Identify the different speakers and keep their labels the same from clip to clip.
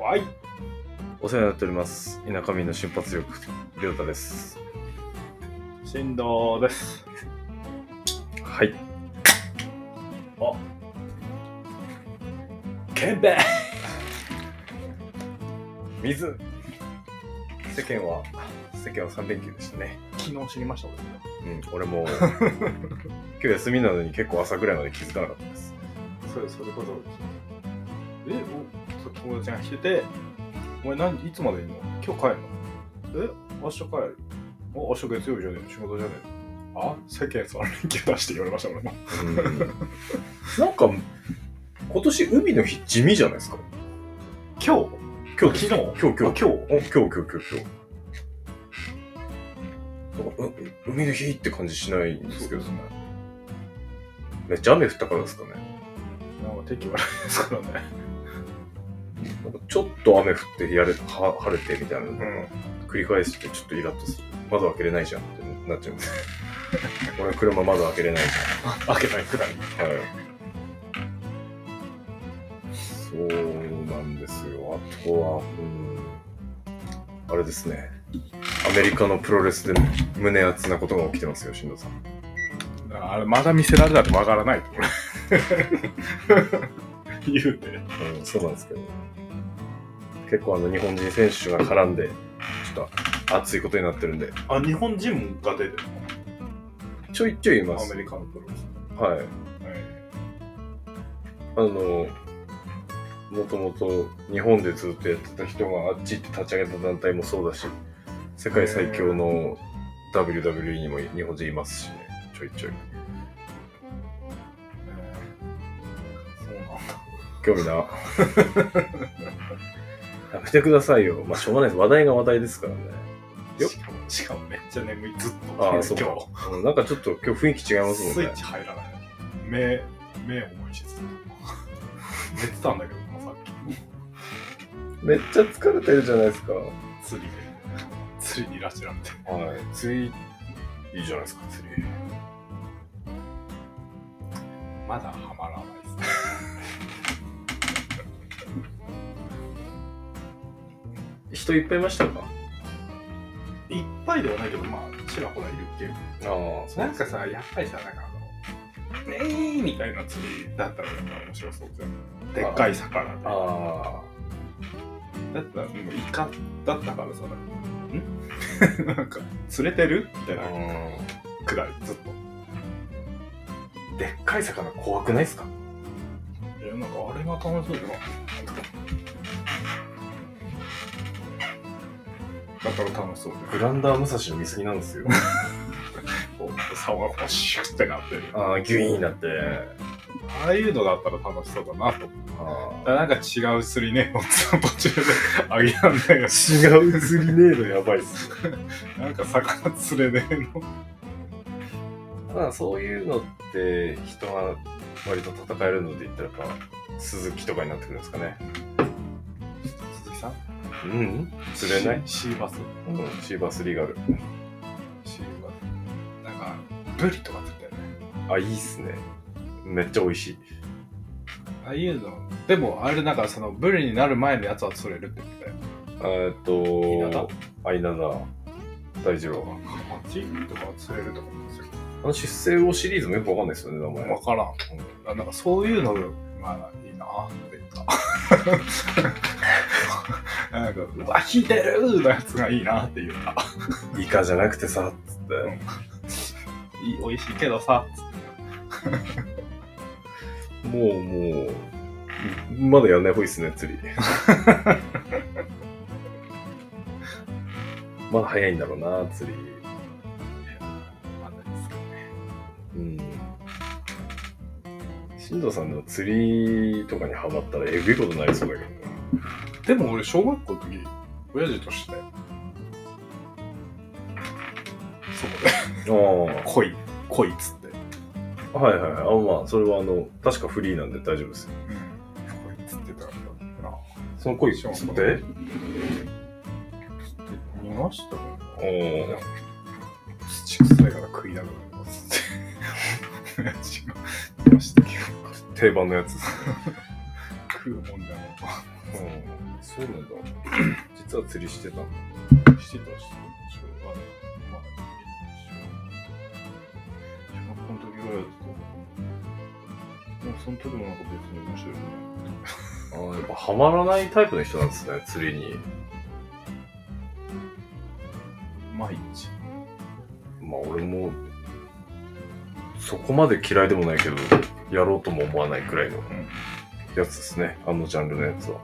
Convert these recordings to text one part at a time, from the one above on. Speaker 1: はい。
Speaker 2: お世話になっております。田舎民の瞬発力、りょうたです。
Speaker 1: 振動です。
Speaker 2: はい。
Speaker 1: お。ケンベ
Speaker 2: 水世間は、世間は3連休でしたね。
Speaker 1: 昨日知りました、俺。
Speaker 2: うん、俺 も、今日休みなのに結構朝ぐらいまで気づかなかった です。
Speaker 1: そうそれこそ。え、おそう友達が来てて、お前何、いつまでいんの今日帰るのえ、明日帰るお、明日月曜日じゃねえの仕事じゃねえのあ、世間その連休出して言われました、俺も。
Speaker 2: うん、なんか、今年海の日地味じゃないですか。
Speaker 1: 今
Speaker 2: 今日、
Speaker 1: 昨日
Speaker 2: 今日、今
Speaker 1: あ
Speaker 2: 日、
Speaker 1: 今日
Speaker 2: お今日、今日、今日、今日。なんかう海の日って感じしないん
Speaker 1: 日
Speaker 2: ですけ
Speaker 1: け
Speaker 2: ど
Speaker 1: ど、、そんな。
Speaker 2: めっちゃ雨降ったからですかね。
Speaker 1: なんか敵悪いですからね。
Speaker 2: なんかちょっと雨降ってやれは晴れてみたいなのが
Speaker 1: うん
Speaker 2: 繰り返してちょっとイラッとする窓開けれないじゃんってなっちゃいます 俺車窓開けれない
Speaker 1: 開けないくらい。
Speaker 2: じゃんはいそうなんですよあとはうんあれですねアメリカのプロレスで胸熱なことが起きてますよ進藤さん
Speaker 1: あれ、まだ見せられたってわからないと、 俺。言うて。
Speaker 2: うん、そうなんですけど、結構あの日本人選手が絡んで、ちょっと熱いことになってるんで、
Speaker 1: あ、日本人もが出てる
Speaker 2: ちょいちょいいま
Speaker 1: ア
Speaker 2: す
Speaker 1: メ。リカのプロレス。
Speaker 2: はい。
Speaker 1: はい
Speaker 2: あの、もともと日本でずっとやってた人があっち行って立ち上げた団体もそうだし、世界最強の WWE にも日本人いますしね、ちょいちょい。
Speaker 1: えーそうなんだ。
Speaker 2: 興 味な。やめてくださいよ。まあ、しょうがないです。話題が話題ですからね。よっ
Speaker 1: しかも、しかもめっちゃ眠い、ずっと。
Speaker 2: ああ、そうか
Speaker 1: 今。
Speaker 2: うんなんかちょっと今日雰囲気違いま
Speaker 1: 日。
Speaker 2: すもんね。
Speaker 1: スイッチ入らない。目、目重いし、ずっと。寝てたんだけどな、さっき。
Speaker 2: めっちゃ疲れてるじゃないですか。は
Speaker 1: 釣りで。釣りにいらっしゃられて。
Speaker 2: い。釣り、いいじゃないですか、釣り。
Speaker 1: まだハマらないですね。
Speaker 2: 人いっぱいいましたか
Speaker 1: いっぱいではないけど、まあ、ちらほらいるっていう。
Speaker 2: ああ、
Speaker 1: なんかさ、やっぱりさ、なんかあの、えーみたいな釣りだったらなんか面白そうじゃん。でっかい魚で。
Speaker 2: あ
Speaker 1: だったら、もうイカだったからさ、なんかんなんか、釣れてるみたい
Speaker 2: あ。
Speaker 1: な
Speaker 2: う
Speaker 1: くらい、ずっと。
Speaker 2: ん。でっかい魚怖くないですか
Speaker 1: いや、なんかあれが楽しそうだな。だから楽しそう
Speaker 2: グランダー武蔵の見過ぎなんです よ。
Speaker 1: こう、竿がこうシュッてなってる。
Speaker 2: ああ、ギュイーンになって。
Speaker 1: ああいうのだったら楽しそうだなと思う。
Speaker 2: あ
Speaker 1: だからなんか違う釣りね、もう途中であげらんないやつ。
Speaker 2: 違う釣りねえのやばいっ す。
Speaker 1: なんか魚釣れねえの。
Speaker 2: ただそういうのって人が割と戦えるので言ったらやっぱ鈴木とかになってくるんですかね。
Speaker 1: 鈴木さん
Speaker 2: うん釣れない
Speaker 1: シシーバス。
Speaker 2: うん、シーバスリーガル。
Speaker 1: シーバス。なんか、ブリとか釣ったよね。
Speaker 2: あ、いいっすね。めっちゃ美味しい。
Speaker 1: ああいうの。でも、あれなんかその、ブリになる前のやつは釣れるって言ってたよ。
Speaker 2: えーっ
Speaker 1: 稲田
Speaker 2: と、あ、稲田大二郎。
Speaker 1: カマチとか釣れるとか思うんですよ。
Speaker 2: あの出世魚シリーズもよくわかんないですよね、名前。
Speaker 1: わからん。あなんかそういうのがいいなっていうか。なんか、うわ、引いてるなやつがいいなっていうか。
Speaker 2: イカじゃなくてさ、つって。
Speaker 1: いい美味しいけどさ。
Speaker 2: もう、もう、まだやんない方がいいっすね、釣り。 まだ早いんだろうな、釣り。
Speaker 1: まだですけどね
Speaker 2: うん。新藤さんでも釣りとかにハマったらえぐいことになりそうだけどね。
Speaker 1: でも俺、小学校の時、親父としてたよ。そこで、
Speaker 2: あ
Speaker 1: 恋、恋っつって。
Speaker 2: あ。はいはいはい。あまあ、それはあの、確かフリーなんで大丈夫ですよ。
Speaker 1: うん。恋っつってたからな。
Speaker 2: その声
Speaker 1: シ
Speaker 2: つ
Speaker 1: ョーン
Speaker 2: って
Speaker 1: 見ましたもん
Speaker 2: おー
Speaker 1: 土臭いから食いながらやますって。違う。見ましたけど、
Speaker 2: 定番のやつ。
Speaker 1: 食うもんだなと。
Speaker 2: うん。そうなんだ。 実は釣りしてた。
Speaker 1: してたし、小学校まあ、小学校の時ぐらいだったでもその時もなんか別に面白いね。
Speaker 2: ああ、やっぱハマらないタイプの人なんですね、釣りに。
Speaker 1: 毎日。
Speaker 2: まあ俺も、そこまで嫌いでもないけど、やろうとも思わないくらいの
Speaker 1: ん
Speaker 2: やつですね。あのジャンルのやつは。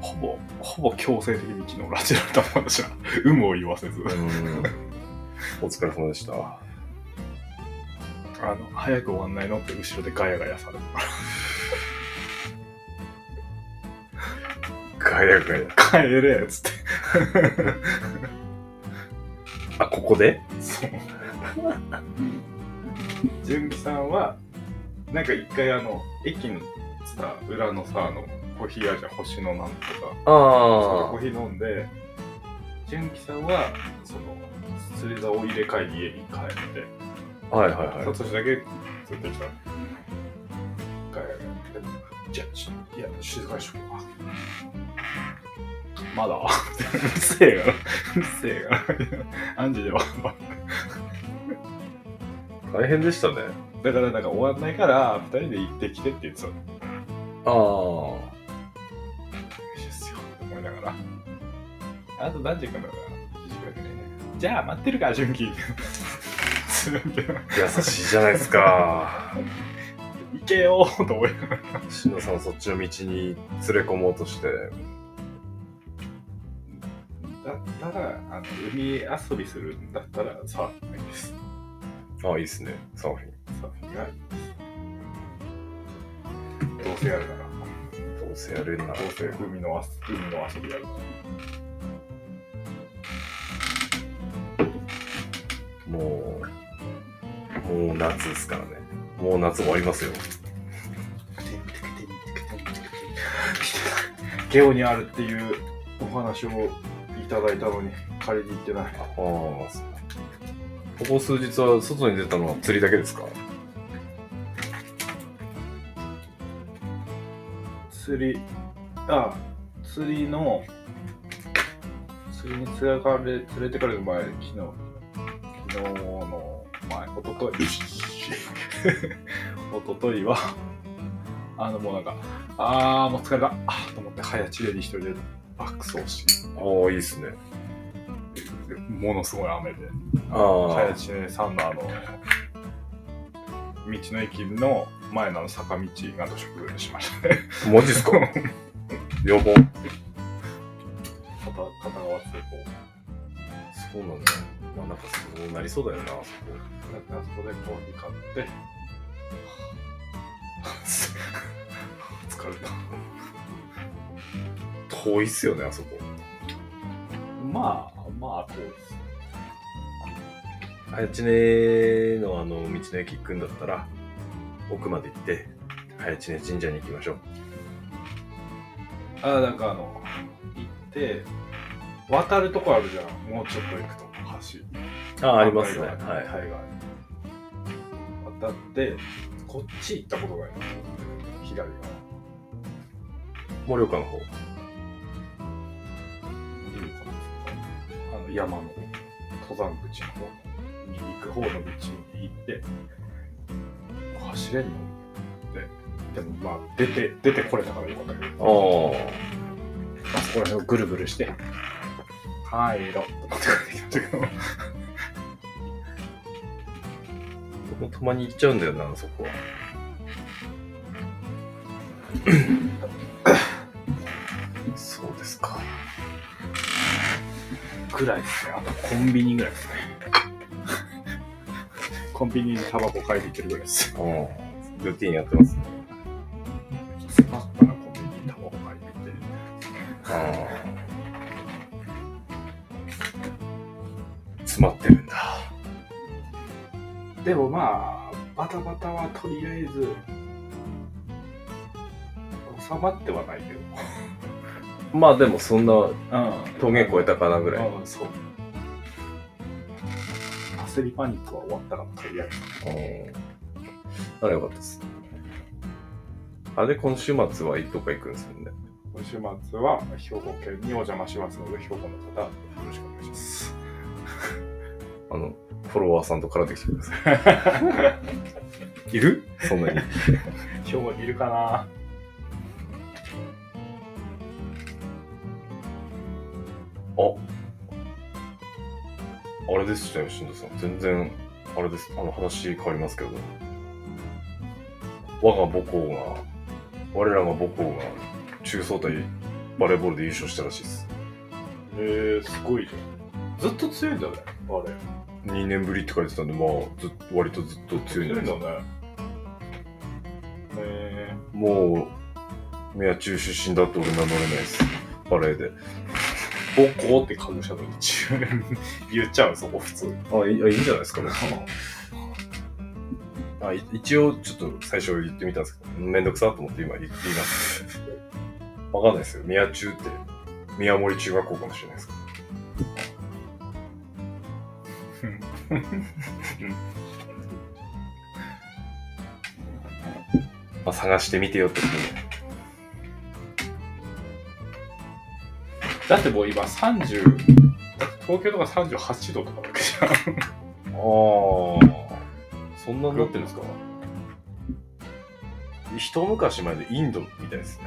Speaker 1: ほぼ、ほぼ強制的に昨日ラジオだったもんだしな。有無を言わせず
Speaker 2: う。ん。お疲れ様でした。
Speaker 1: あの、早く終わんないのって後ろでガヤガヤされる。
Speaker 2: ガヤガヤ。
Speaker 1: 帰れっつって。
Speaker 2: あ、ここで
Speaker 1: そう。純喜さんは、なんか一回あの、駅のさ、裏のさ、あの、コーヒー屋じゃん、星のなんとか。
Speaker 2: あ
Speaker 1: コーヒー飲んで、純喜さんは、その、釣り竿を入れ替えに家に帰って、
Speaker 2: あ。はいはいはい
Speaker 1: サ。トシだけ釣ってきた。帰る。じゃあ、ちょっといや、静かにしとこうか。まだ うるせえがな。うるせえがな。アンジェでは。
Speaker 2: 大変でしたね。
Speaker 1: だから、なんか終わんないから、二人で行ってきてって言ってたの。い
Speaker 2: ああ。
Speaker 1: いですよ、って思いながら。あと何時間だから、1時間くらいね。じゃあ、待ってるから、純喜。 つるんけど。
Speaker 2: 優しいじゃないですか。
Speaker 1: 行けよーと思いながら
Speaker 2: しのさんをそっちの道に連れ込もうとして。
Speaker 1: だったらあの海遊びするんだったらサーフィンがいいです
Speaker 2: ああ、いいっすね。サーフィ
Speaker 1: サーフィンがいいですどうせやるなら
Speaker 2: ン。どうせやれるなら。
Speaker 1: どうせ海のあ海の遊びやるなら
Speaker 2: もう、もう夏ですからね。もう夏終わりますよ。
Speaker 1: ゲオにあるっていうお話をいただいたのに借りに行ってない
Speaker 2: ああ、ここ数日は外に出たのは釣りだけですか
Speaker 1: 釣りあ釣りの釣りに連れかれ連れてかれる前昨日昨日の前おとといおとといはあのもうなんかああもう疲れたあーと思って早知恵に一人で爆走し
Speaker 2: ああ、いいっすね。
Speaker 1: ものすごい雨で
Speaker 2: あ
Speaker 1: 早知恵さんのあの道の駅の前のあの坂道が土砂崩れしましたね
Speaker 2: あ、マジ っすかやば。
Speaker 1: 片片側通行
Speaker 2: そうなんだ。まあなんかそうなりそうだよな、そこ。
Speaker 1: だからそこでコーヒー買って、 疲れた。
Speaker 2: 遠いっすよね、あそこ。
Speaker 1: まあ、まあ、こうです。
Speaker 2: 早知根のあの道の駅行くんだったら奥まで行って早知根神社に行きましょう
Speaker 1: あなんかあの、行って、渡るとこあるじゃん。もうちょっと行くと、橋。
Speaker 2: ああ
Speaker 1: 反対側
Speaker 2: はいはい
Speaker 1: 海岸渡って、こっち行ったことないなと思って、左側。
Speaker 2: 盛岡の方
Speaker 1: いるかなあの、山の登山口の方に行く方の道に行って、走れんのって。でもまあ、出て、出てこれたからよかったけど、
Speaker 2: あ
Speaker 1: あそこら辺をぐるぐるして、帰ろうと思って帰ってきましたけど、
Speaker 2: あ僕もたまに行っちゃうんだよなあそこはそうですか
Speaker 1: ぐらいですね。あとコンビニぐらいですね。コンビニにタバコ買いに行ってるぐらいです。
Speaker 2: うんルーティンやってますね
Speaker 1: 狭かったな、コンビニにタバコ買いに行って。
Speaker 2: あ詰まってるんだ
Speaker 1: でもまあ、バタバタはとりあえず、収まってはないけど。
Speaker 2: まあでもそんな
Speaker 1: うん
Speaker 2: 峠越えたかなぐらい。
Speaker 1: うん、そう。焦りパニックは終わったから、とりあえず。
Speaker 2: あれよかったです。あれ、今週末はどっか行くんですよね。
Speaker 1: 今週末は兵庫県にお邪魔しますので、兵庫の方、よろしくお願いします。
Speaker 2: あの、フォロワーさんと絡んできてください。いるそんなに。
Speaker 1: 兵庫にいるかな
Speaker 2: あ、あれですよ、しんどさん。全然、あれです。あの、話変わりますけど。我が母校が、我らが母校が、中層対バレーボールで優勝したらしいです。
Speaker 1: えー、すごいじゃん。ずっと強いんだね、あれ。
Speaker 2: 2年ぶりって書いてたんで、まあ、ずっ割とずっと強いんじゃないですか。
Speaker 1: だね。え
Speaker 2: もう、宮中出身だって俺名乗れないです。バレーで。
Speaker 1: ー、母校って感じしたのに、中言っちゃう、そこ普通。
Speaker 2: あ、いいあいいんじゃないですかね。あい一応、ちょっと最初言ってみたんですけど、めんどくさと思って今言っています、わかんないですよ。宮中って、宮森中学校かもしれないですか
Speaker 1: うん
Speaker 2: ら。 まあ、探してみてよってこと
Speaker 1: だってもう今30、だって東京とか38度とかだけじゃん。
Speaker 2: で。ああ。そんなになってるんですか一昔前のインドみたいです ね。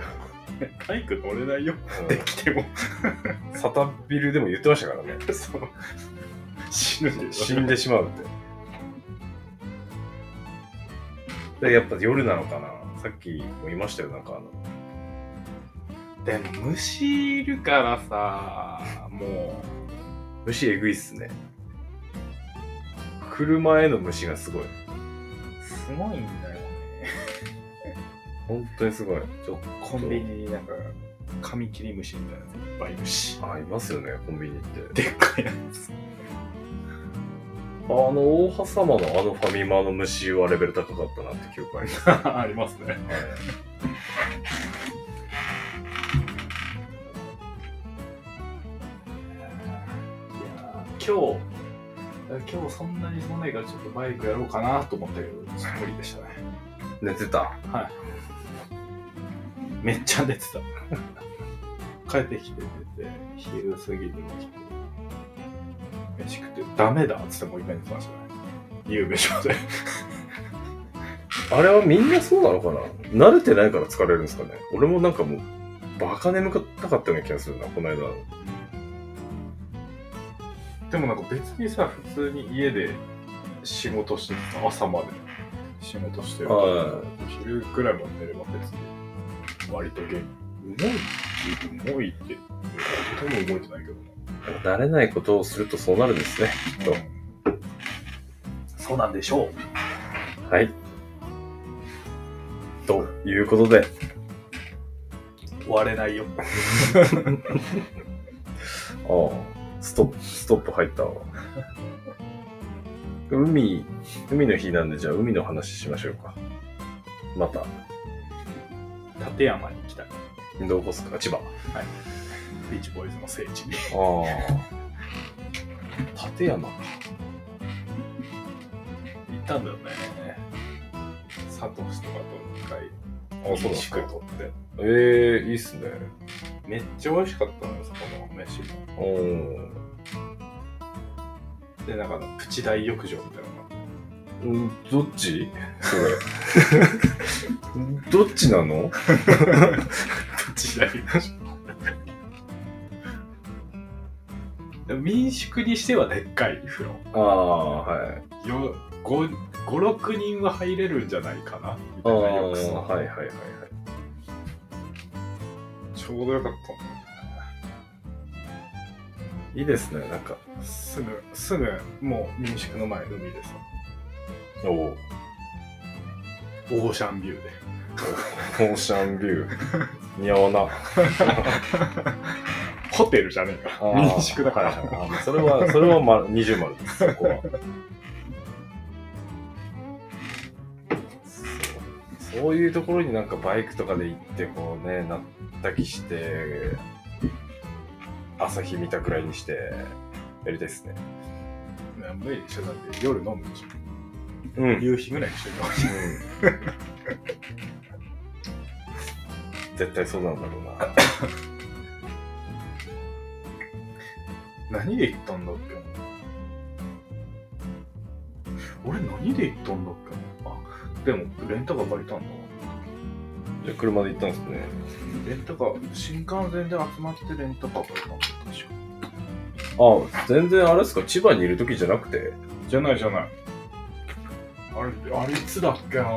Speaker 1: バイク乗れないよ。できても。
Speaker 2: サタビルでも言ってましたからね。
Speaker 1: そう。死ぬで
Speaker 2: 死んでしまうって。でやっぱ夜なのかなさっきも言いましたよ、なんかあの。
Speaker 1: でも虫いるからさ、も
Speaker 2: 虫えぐいっすね。車への虫がすごい。
Speaker 1: う、すごいんだよね。
Speaker 2: 本当にすごい。ちょ
Speaker 1: コンビニになんか、カミキリムシみたいなやついっぱいいるし。
Speaker 2: あ、いますよね、コンビニって。
Speaker 1: でっかいやつ。
Speaker 2: あの、大葉様のあのファミマの虫はレベル高かったなって記憶あります。
Speaker 1: ありますね。今日、今日そんなにそんないからちょっとバイクやろうかなと思ったけど、ちょっと無理でしたね。
Speaker 2: 寝てた。
Speaker 1: めっちゃ寝てた。帰ってきて寝て、昼過ぎに起きて、飯食って、ダメだっつってもう一回寝てましたね。夕べまで。
Speaker 2: あれはみんなそうなのかな慣れてないから疲れるんですかね俺もなんかもう、バカ眠かったかったような気がするな、この間。
Speaker 1: でもなんか別にさ、普通に家で仕事してた、朝まで仕事してるから
Speaker 2: は
Speaker 1: 昼くらいまで寝れば別に、割と元気。動いて、動いて、ほとんど動いてないけどね。
Speaker 2: 慣れないことをするとそうなるんですね。と
Speaker 1: そうなんでしょう。
Speaker 2: はい。ということで、
Speaker 1: 終われないよ。
Speaker 2: ああ、ストップ、ストップ入った わ。海、海の日なんで、じゃあ海の話しましょうか。また、
Speaker 1: 立山に来た。
Speaker 2: どこっすか千葉。
Speaker 1: ビーチボーイズの聖地に。
Speaker 2: ああ。立山
Speaker 1: 行ったんだよね。サトシとかと一回、
Speaker 2: あそうなんです
Speaker 1: 飯
Speaker 2: か
Speaker 1: 食いとって。
Speaker 2: ええいいっすね。
Speaker 1: めっちゃ美味しかったのよ、そこの飯も。
Speaker 2: う
Speaker 1: で、なんかあのプチ大浴場みたいなのが
Speaker 2: ん。どっちそれ。 どっちなの
Speaker 1: プチ大浴場。でも民宿にしてはでっかい風呂。
Speaker 2: ああ、はい。
Speaker 1: よ5、6人は入れるんじゃないかなみ
Speaker 2: あ
Speaker 1: た
Speaker 2: あ、
Speaker 1: いな浴槽。
Speaker 2: はいはいはいはい。
Speaker 1: ちょうどよかったんだよね。
Speaker 2: いいですね、なんか。
Speaker 1: すぐ、すぐ、もう民宿の前、海でさ、
Speaker 2: おお。
Speaker 1: オーシャンビューで。
Speaker 2: オーシャンビュー。似合わな。
Speaker 1: ホテルじゃねえか。民宿だから。
Speaker 2: はいはいそれは、それは、ま、二重丸です、そこは。そそういうところになんかバイクとかで行ってこうねなったきして朝日見たくらいにしてやりたいですね
Speaker 1: ね無理してたんで夜飲むでしょ
Speaker 2: うん、 うん、
Speaker 1: 夕日ぐらいにしてるかもし
Speaker 2: 絶対そうなんだろうな
Speaker 1: れない何で行ったんだっけ俺何で行ったんだっけあでもレンタカー借りたんだ
Speaker 2: じゃあ車で行ったんですね
Speaker 1: レンタカー新幹線で集まってレンタカー借りたんだ確か
Speaker 2: あ全然あれですか千葉にいる時じゃなくて
Speaker 1: じゃないじゃないあれあれいつだっけな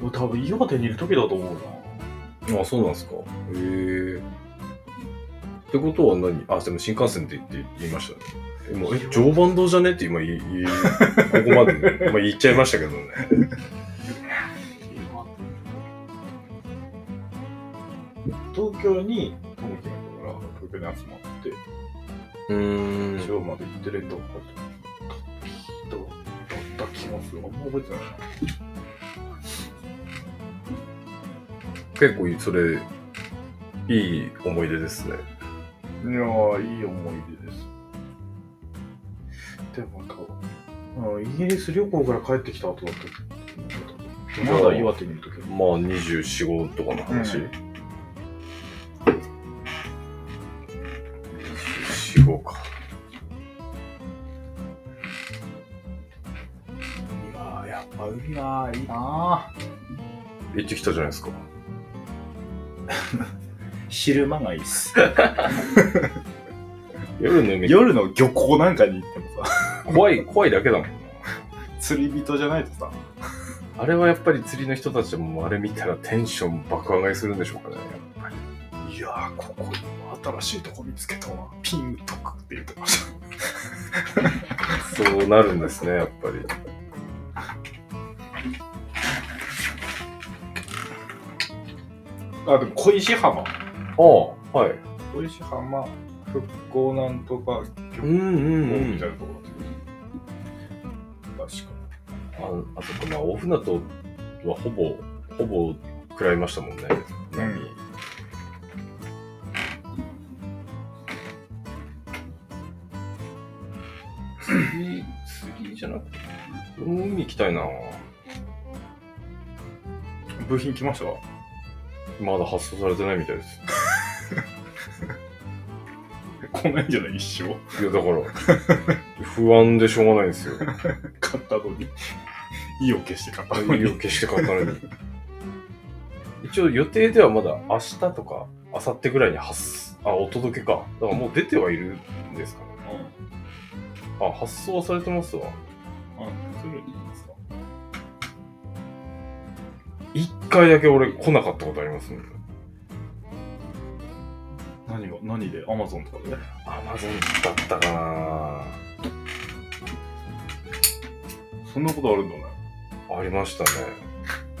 Speaker 1: 俺多分岩手にいる時だと思うな
Speaker 2: あそうなんですかへえってことは何あでも新幹線って言って言いましたねえもうえ常磐道じゃねって今言い言いここまで ね、まあ、言っちゃいましたけどね
Speaker 1: 東京に友樹がいたから東京に集まって
Speaker 2: うー
Speaker 1: 地方まで行ってレンタカーだった気がするあんま覚えてないな
Speaker 2: 結構それいい思い出ですね
Speaker 1: いやーいい思い出です。でもなんか、うんイギリス旅行から帰ってきた後だった。まだ岩手にいる時
Speaker 2: まあ245とかの話、
Speaker 1: う
Speaker 2: 245か
Speaker 1: いやーやっぱ海はいいな
Speaker 2: 行ってきたじゃないですか
Speaker 1: 昼間がいいっす。
Speaker 2: 夜の夢
Speaker 1: 夜の漁港なんかに行ってもさ、
Speaker 2: 怖い怖いだけだもんな
Speaker 1: 釣り人じゃないとさ、
Speaker 2: あれはやっぱり釣りの人たちもあれ見たらテンション爆上がりするんでしょう かね
Speaker 1: いやーここ新しいとこ見つけたわ。ピンとくって言ってました。
Speaker 2: そうなるんですねやっぱり
Speaker 1: あ、でも小石浜。
Speaker 2: ああはい
Speaker 1: 小石浜復興なんとか漁港
Speaker 2: んうん
Speaker 1: みたいなところだったよね確か
Speaker 2: ああそこまあ大船渡はほぼほぼ食らいましたもんね波、釣り釣りじゃなくて俺も海行きたいな
Speaker 1: に。部品来ました わ。
Speaker 2: まだ発送されてないみたいです
Speaker 1: 来ないんじゃない一生。
Speaker 2: いやだから不安でしょうがないんですよ
Speaker 1: 買った後に。意を決して買った
Speaker 2: ああい
Speaker 1: 後
Speaker 2: う
Speaker 1: に。
Speaker 2: 消して買ったのに。一応予定ではまだ明日とか明後日ぐらいに発す、あ、お届けか。だからもう出てはいるんですかね。あ、発送はされてますわ。
Speaker 1: あ、それいいですか
Speaker 2: 一回だけ俺来なかったことありますもん。
Speaker 1: 何が、何で ?Amazon とかで
Speaker 2: アマゾンだったかな
Speaker 1: そんなことあるんだね。
Speaker 2: ありましたね。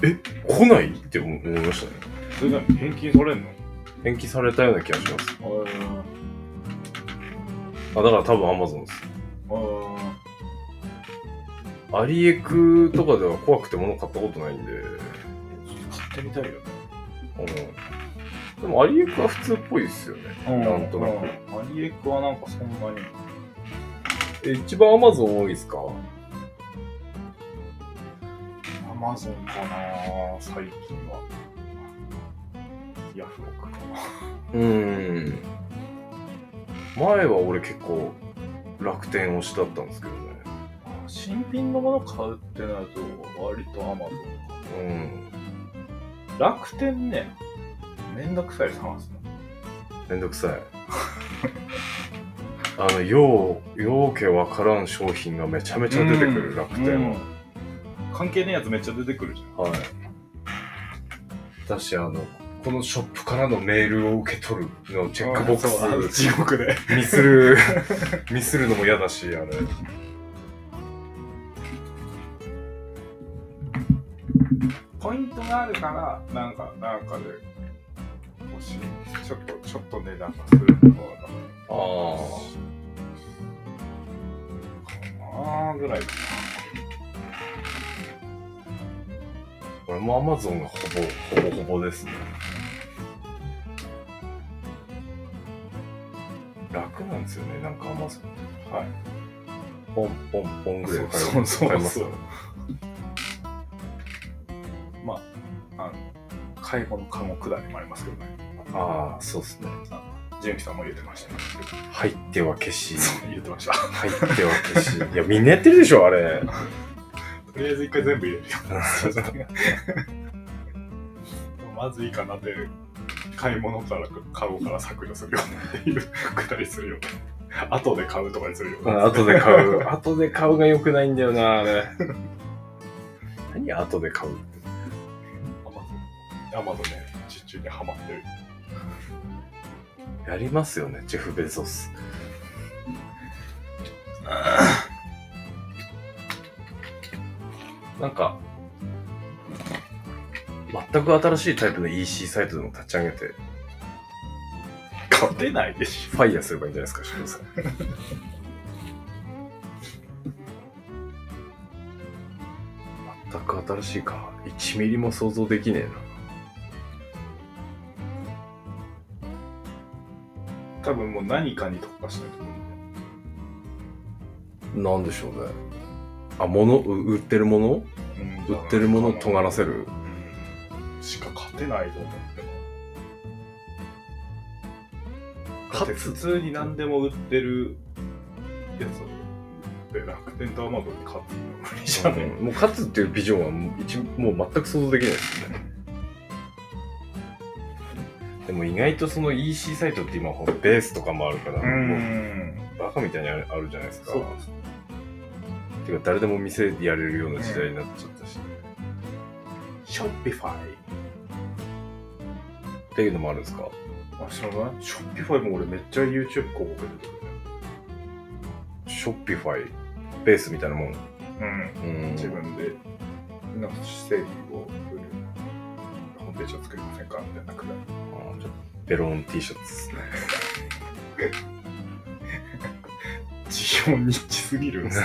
Speaker 2: え、来ないって思いましたね。
Speaker 1: それな返金されんの
Speaker 2: 延期されたような気がします。
Speaker 1: あ
Speaker 2: あ、だから多分アマゾンです。
Speaker 1: あー。
Speaker 2: アリエクとかでは怖くて物買ったことないんで。
Speaker 1: 買ってみたいよね。
Speaker 2: うんでもアリエクは普通っぽいですよね。なんとなく
Speaker 1: く。アリエクはなんかそんなに。
Speaker 2: え、一番アマゾン多いですか
Speaker 1: Amazon かな最近は。ヤフオクかな。
Speaker 2: うーん。前は俺結構楽天推しだったんですけどね。
Speaker 1: 新品のもの買うってなると割と Amazon
Speaker 2: うん。
Speaker 1: 楽天ねめんどくさい探すの
Speaker 2: めんどくさい。 あの、よう、ようけわからん商品がめちゃめちゃ出てくる、楽天は。
Speaker 1: 関係ねえやつめっちゃ出てくるじ
Speaker 2: はい。だし、あの、このショップからのメールを受け取るのチ
Speaker 1: ゃん
Speaker 2: ェックボック
Speaker 1: そうあの
Speaker 2: ス
Speaker 1: 地獄で
Speaker 2: ミスる、ミスるのも嫌だし、あれ。
Speaker 1: ポイントがあるからなんかなんかで欲しいちょっとちょっと値段がするとかだ
Speaker 2: ああ。
Speaker 1: かなぐらいか
Speaker 2: 俺もアマゾンがほぼ、ほぼほぼですね。楽なんですよね、なんかアマゾン。
Speaker 1: はい。
Speaker 2: ポンポンポンぐらいで買え
Speaker 1: そうそうそう
Speaker 2: 買えますよね
Speaker 1: まあ、あの、介護の科目だにもありますけどね。
Speaker 2: ああ、そうですね。
Speaker 1: 純喜さんも言ってましたね。
Speaker 2: 入っては消し、
Speaker 1: そう、 言ってました。
Speaker 2: 入っては消し。いや、みんなやってるでしょ、あれ。
Speaker 1: とりあえず一回全部入れるよ。 まずいかなって、買い物から、買うから削除するよねっていうくだりするよね。後で買うとかにするよね。
Speaker 2: あ後で買う。後で買うが良くないんだよな、あれ。何後で買うって。
Speaker 1: アマゾン。アマゾンね、実中にハマってる。
Speaker 2: やりますよね、ジェフ・ベゾス。なんか、全く新しいタイプの EC サイトでも立ち上げて、
Speaker 1: 勝てないでし
Speaker 2: ファイヤーすればいいんじゃないですか、しさん。全く新しいか。1ミリも想像できねえな。
Speaker 1: ょ。多分もう何かに特化したいと思う。
Speaker 2: なんでしょうね。あ、物、う売ってるもの
Speaker 1: うん
Speaker 2: 売ってるものを尖らせる。
Speaker 1: うんしか勝てないと思ってだって
Speaker 2: 勝
Speaker 1: 普
Speaker 2: つ
Speaker 1: 通に何でも売ってるやつで楽天とアマゾンに勝つのは無理じゃね
Speaker 2: うんもう勝つっていうビジョンはもう一もう全く想像できないですね。でも意外とその EC サイトって今ほらベースとかもあるから、
Speaker 1: え
Speaker 2: もうバカみたいにあるあるじゃないですか。
Speaker 1: そう
Speaker 2: てか誰でも店でやれるような時代になっちゃったし、
Speaker 1: ショッピファイ
Speaker 2: っていうのもあるんですか
Speaker 1: あ知らないショッピファイも俺めっちゃ YouTube 広告出てく
Speaker 2: ショッピファイベースみたいなもん。う
Speaker 1: るねうん
Speaker 2: ん
Speaker 1: 自分でなんか製品を売るホームページを作りませんかみたいなくらい
Speaker 2: あちょっとベロン T シャツですね。
Speaker 1: 事業ニッチすぎるんですよ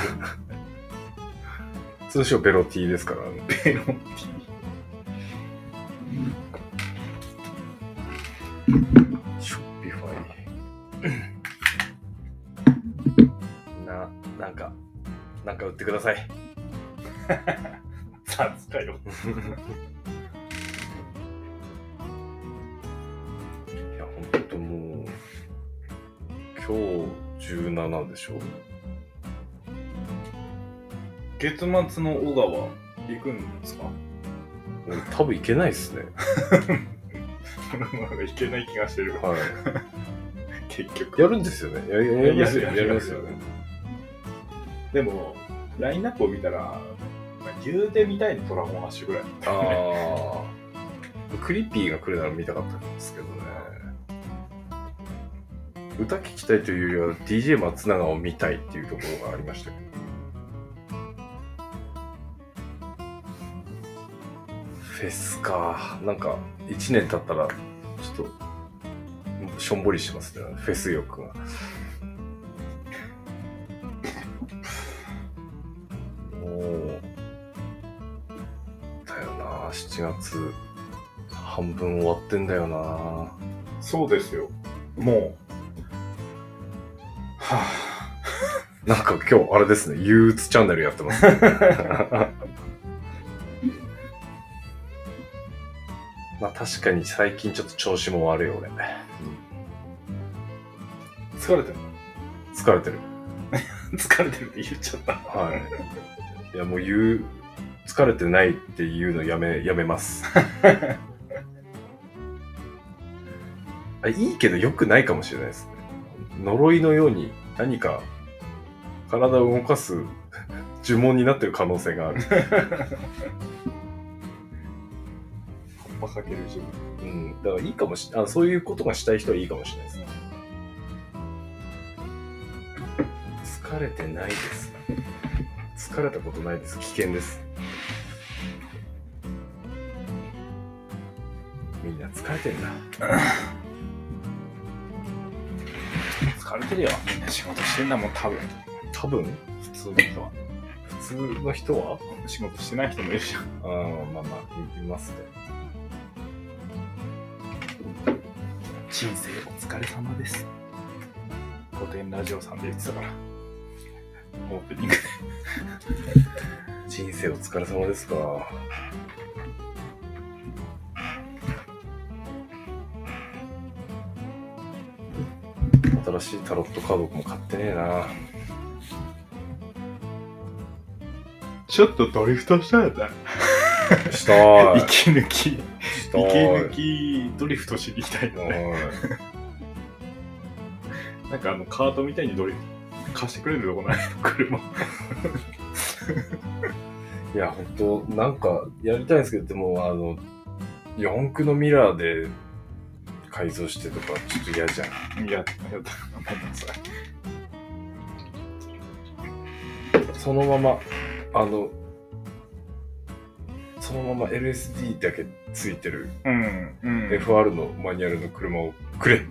Speaker 2: 通称ベロ T ですから、ね、
Speaker 1: ペロンテ
Speaker 2: ショッピファイ。 な、なんか、なんか売ってください。
Speaker 1: ィさすがよ
Speaker 2: いや、ほんともう、今日17でしょ。
Speaker 1: 月末の小川行くんですか
Speaker 2: 俺多分いけないっすね。
Speaker 1: なんかいけない気がしてる
Speaker 2: は
Speaker 1: 結局
Speaker 2: い。やるんですよね。やややりますよ。
Speaker 1: や
Speaker 2: や
Speaker 1: るやる
Speaker 2: りますよね。
Speaker 1: でもラインナップを見たらまあ言うてみたいのドラゴンアッシュぐらい
Speaker 2: ああ。 クリッピーが来るなら見たかったんですけどね。歌聞きたいというよりは DJ 松永を見たいっていうところがありましたけど。フェスか。なんか、1年経ったら、ちょっと、しょんぼりしてますね。フェス欲 が。もう、だよな7月半分終わってんだよな
Speaker 1: そうですよもうは
Speaker 2: なんか今日あれですね憂鬱チャンネルやってます、ね、 まあ確かに最近ちょっと調子も悪い俺
Speaker 1: あ疲れてる
Speaker 2: 疲れてる
Speaker 1: 疲れてるって言っちゃった
Speaker 2: はいいやもう言う疲れてないっていうのやめやめます あいいけど良くないかもしれないですね呪いのように何か体を動かす呪文になってる可能性がある
Speaker 1: バカける自分
Speaker 2: うん、だからいいかもしあそういうことがしたい人はいいかもしれないですね。疲れてないです。疲れたことないです。危険です。みんな疲れてんだ。
Speaker 1: 疲れてるよみんな仕事してんだもん多分
Speaker 2: 多分、
Speaker 1: 普通の人は
Speaker 2: 普別の人は
Speaker 1: 仕事してない人もいるじゃん。
Speaker 2: ああ、まあまあ、いいますね。
Speaker 1: 人生お疲れ様です。古典ラジオさんで言ってたから。オープニング。
Speaker 2: 人生お疲れ様ですか。新しいタロットカードも買ってねえな。
Speaker 1: ちょっとドリフトしたやつ
Speaker 2: したーい。
Speaker 1: 息抜き、息
Speaker 2: したーい
Speaker 1: 抜きドリフトしに行きたいのね。
Speaker 2: おい
Speaker 1: なんかあのカートみたいにドリフト貸してくれるとこない 車。
Speaker 2: いや、本当なんか、やりたいんですけど、でも、あの、四駆のミラーで改造してとか、ちょっと嫌じゃん。
Speaker 1: いや、やった。ごめんなさい。
Speaker 2: そのまま、あの、そのまま LSD だけついてる
Speaker 1: うん。うん。
Speaker 2: FR のマニュアルの車をく れ。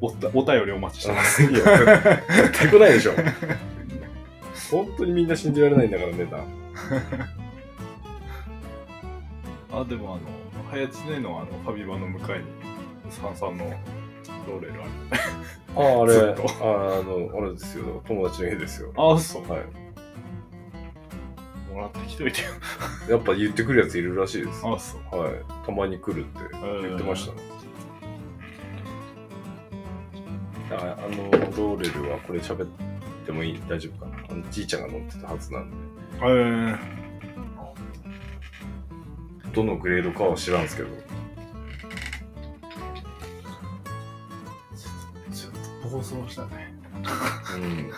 Speaker 1: おたお便りお待ちしてます。
Speaker 2: いや、全くない でしょ。本当にみんな信じられないんだから、ネタ。
Speaker 1: あ、でもあの、早知ねのあの、ファビバの向かいに、さんさんのローレルある。
Speaker 2: ああ、あれ、
Speaker 1: ずっと
Speaker 2: ああの、あれですよ、友達の家ですよ。
Speaker 1: あ、そう。
Speaker 2: はい。
Speaker 1: もらってきといてよ。
Speaker 2: やっぱ言ってくるやついるらしいです。
Speaker 1: あ、そう。
Speaker 2: はい。たまに来るって言ってましたね。ああのローレルはこれ喋ってもいい大丈夫かなあのじいちゃんが乗ってたはずなんで。
Speaker 1: えー、
Speaker 2: どのグレードかは知らんすけど。
Speaker 1: ちょっと暴走したね。
Speaker 2: うん。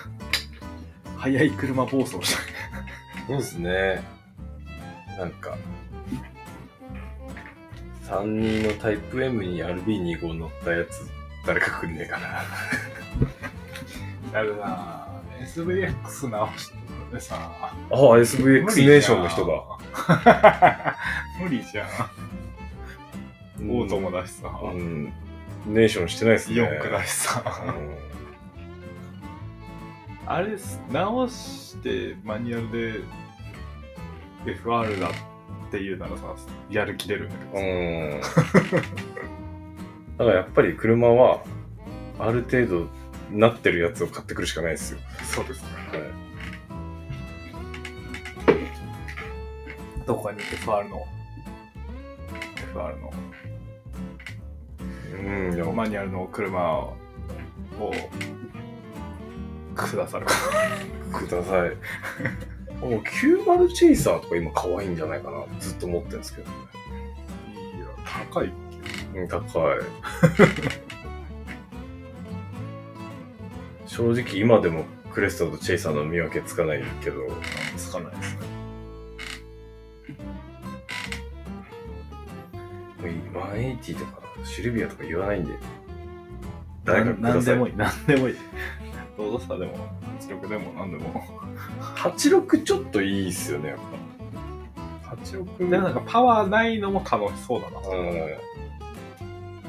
Speaker 1: 早い車暴走したね。
Speaker 2: そうですね。なんか、3人のタイプ M に RB25 乗ったやつ、誰か来んねえかな。
Speaker 1: なるなぁ。SVX 直してるでさ。
Speaker 2: あ、SVX ネーションの人だ。
Speaker 1: だ。無理じゃん。オートもだしさ。
Speaker 2: うん。ネーションしてないっすね。
Speaker 1: イオンクだしさ。
Speaker 2: う
Speaker 1: あれっす、直してマニュアルで FR だっていうならさ、やる気出るんだけど
Speaker 2: ん。
Speaker 1: さ
Speaker 2: うん。だからやっぱり車は、ある程度、なってるやつを買ってくるしかないですよ。
Speaker 1: そうですね。
Speaker 2: はい。
Speaker 1: どこに FR の ?FR の。
Speaker 2: うん、いや
Speaker 1: マニュアルの車をくださる
Speaker 2: くだ さい。もう90チェイサーとか今可愛いんじゃないかなずっと思ってるんですけど、ね。
Speaker 1: いや高い
Speaker 2: うん、高 い。正直今でもクレストとチェイサーの見分けつかないけど、
Speaker 1: つかないですね
Speaker 2: 180とかシルビアとか言わないんで。誰かくだ
Speaker 1: 何
Speaker 2: さ
Speaker 1: で
Speaker 2: い。
Speaker 1: もいい何でもいいロードスターでも実力でも何でも
Speaker 2: 86ちょっといいっすよね、やっぱ。86。
Speaker 1: でもなんかパワーないのも楽しそうだな
Speaker 2: うん。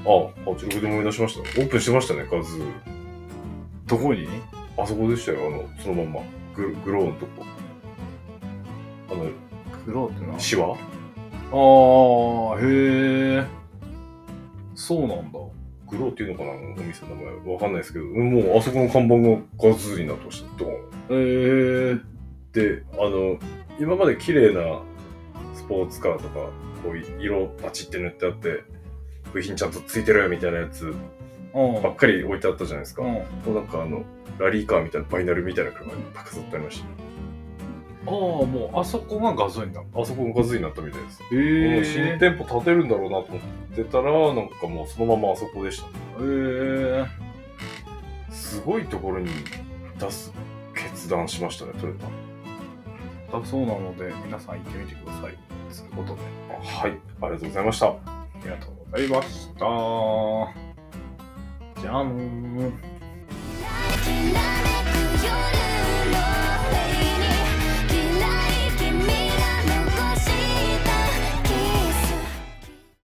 Speaker 2: あ、86で思い出しました。オープンしてましたね、カズー。
Speaker 1: どこに
Speaker 2: あそこでしたよ、あの、そのまんま。ググローのとこ。あの、
Speaker 1: グローっての
Speaker 2: シワ
Speaker 1: はあーへえそうなんだ
Speaker 2: グローっていうのかなお店の名前。わかんないですけど、もうあそこの看板がガズーになってました。ドーン。
Speaker 1: へえ
Speaker 2: で、あの、今まで綺麗なスポーツカーとか、こう、色パチって塗ってあって、部品ちゃんとついてるよみたいなやつ
Speaker 1: うん
Speaker 2: ばっかり置いてあったじゃないですか。
Speaker 1: う
Speaker 2: も
Speaker 1: ん
Speaker 2: うなんかあの、ラリーカーみたいな、バイナルみたいな車が飾ってありまし
Speaker 1: ああもうあそこが画像になる
Speaker 2: た。あそこのガズーになったみたいです。もう
Speaker 1: へ
Speaker 2: 新
Speaker 1: え
Speaker 2: 店舗建てるんだろうなと思ってたら、なんかもうそのままあそこでしたね。
Speaker 1: へえ
Speaker 2: すごいところに出す決断しましたね、トヨタ。
Speaker 1: だそうなので皆さん行ってみてくださいということで
Speaker 2: あはい、ありがとうございました。
Speaker 1: ありがとうございましたじゃあのー
Speaker 3: きらめく夜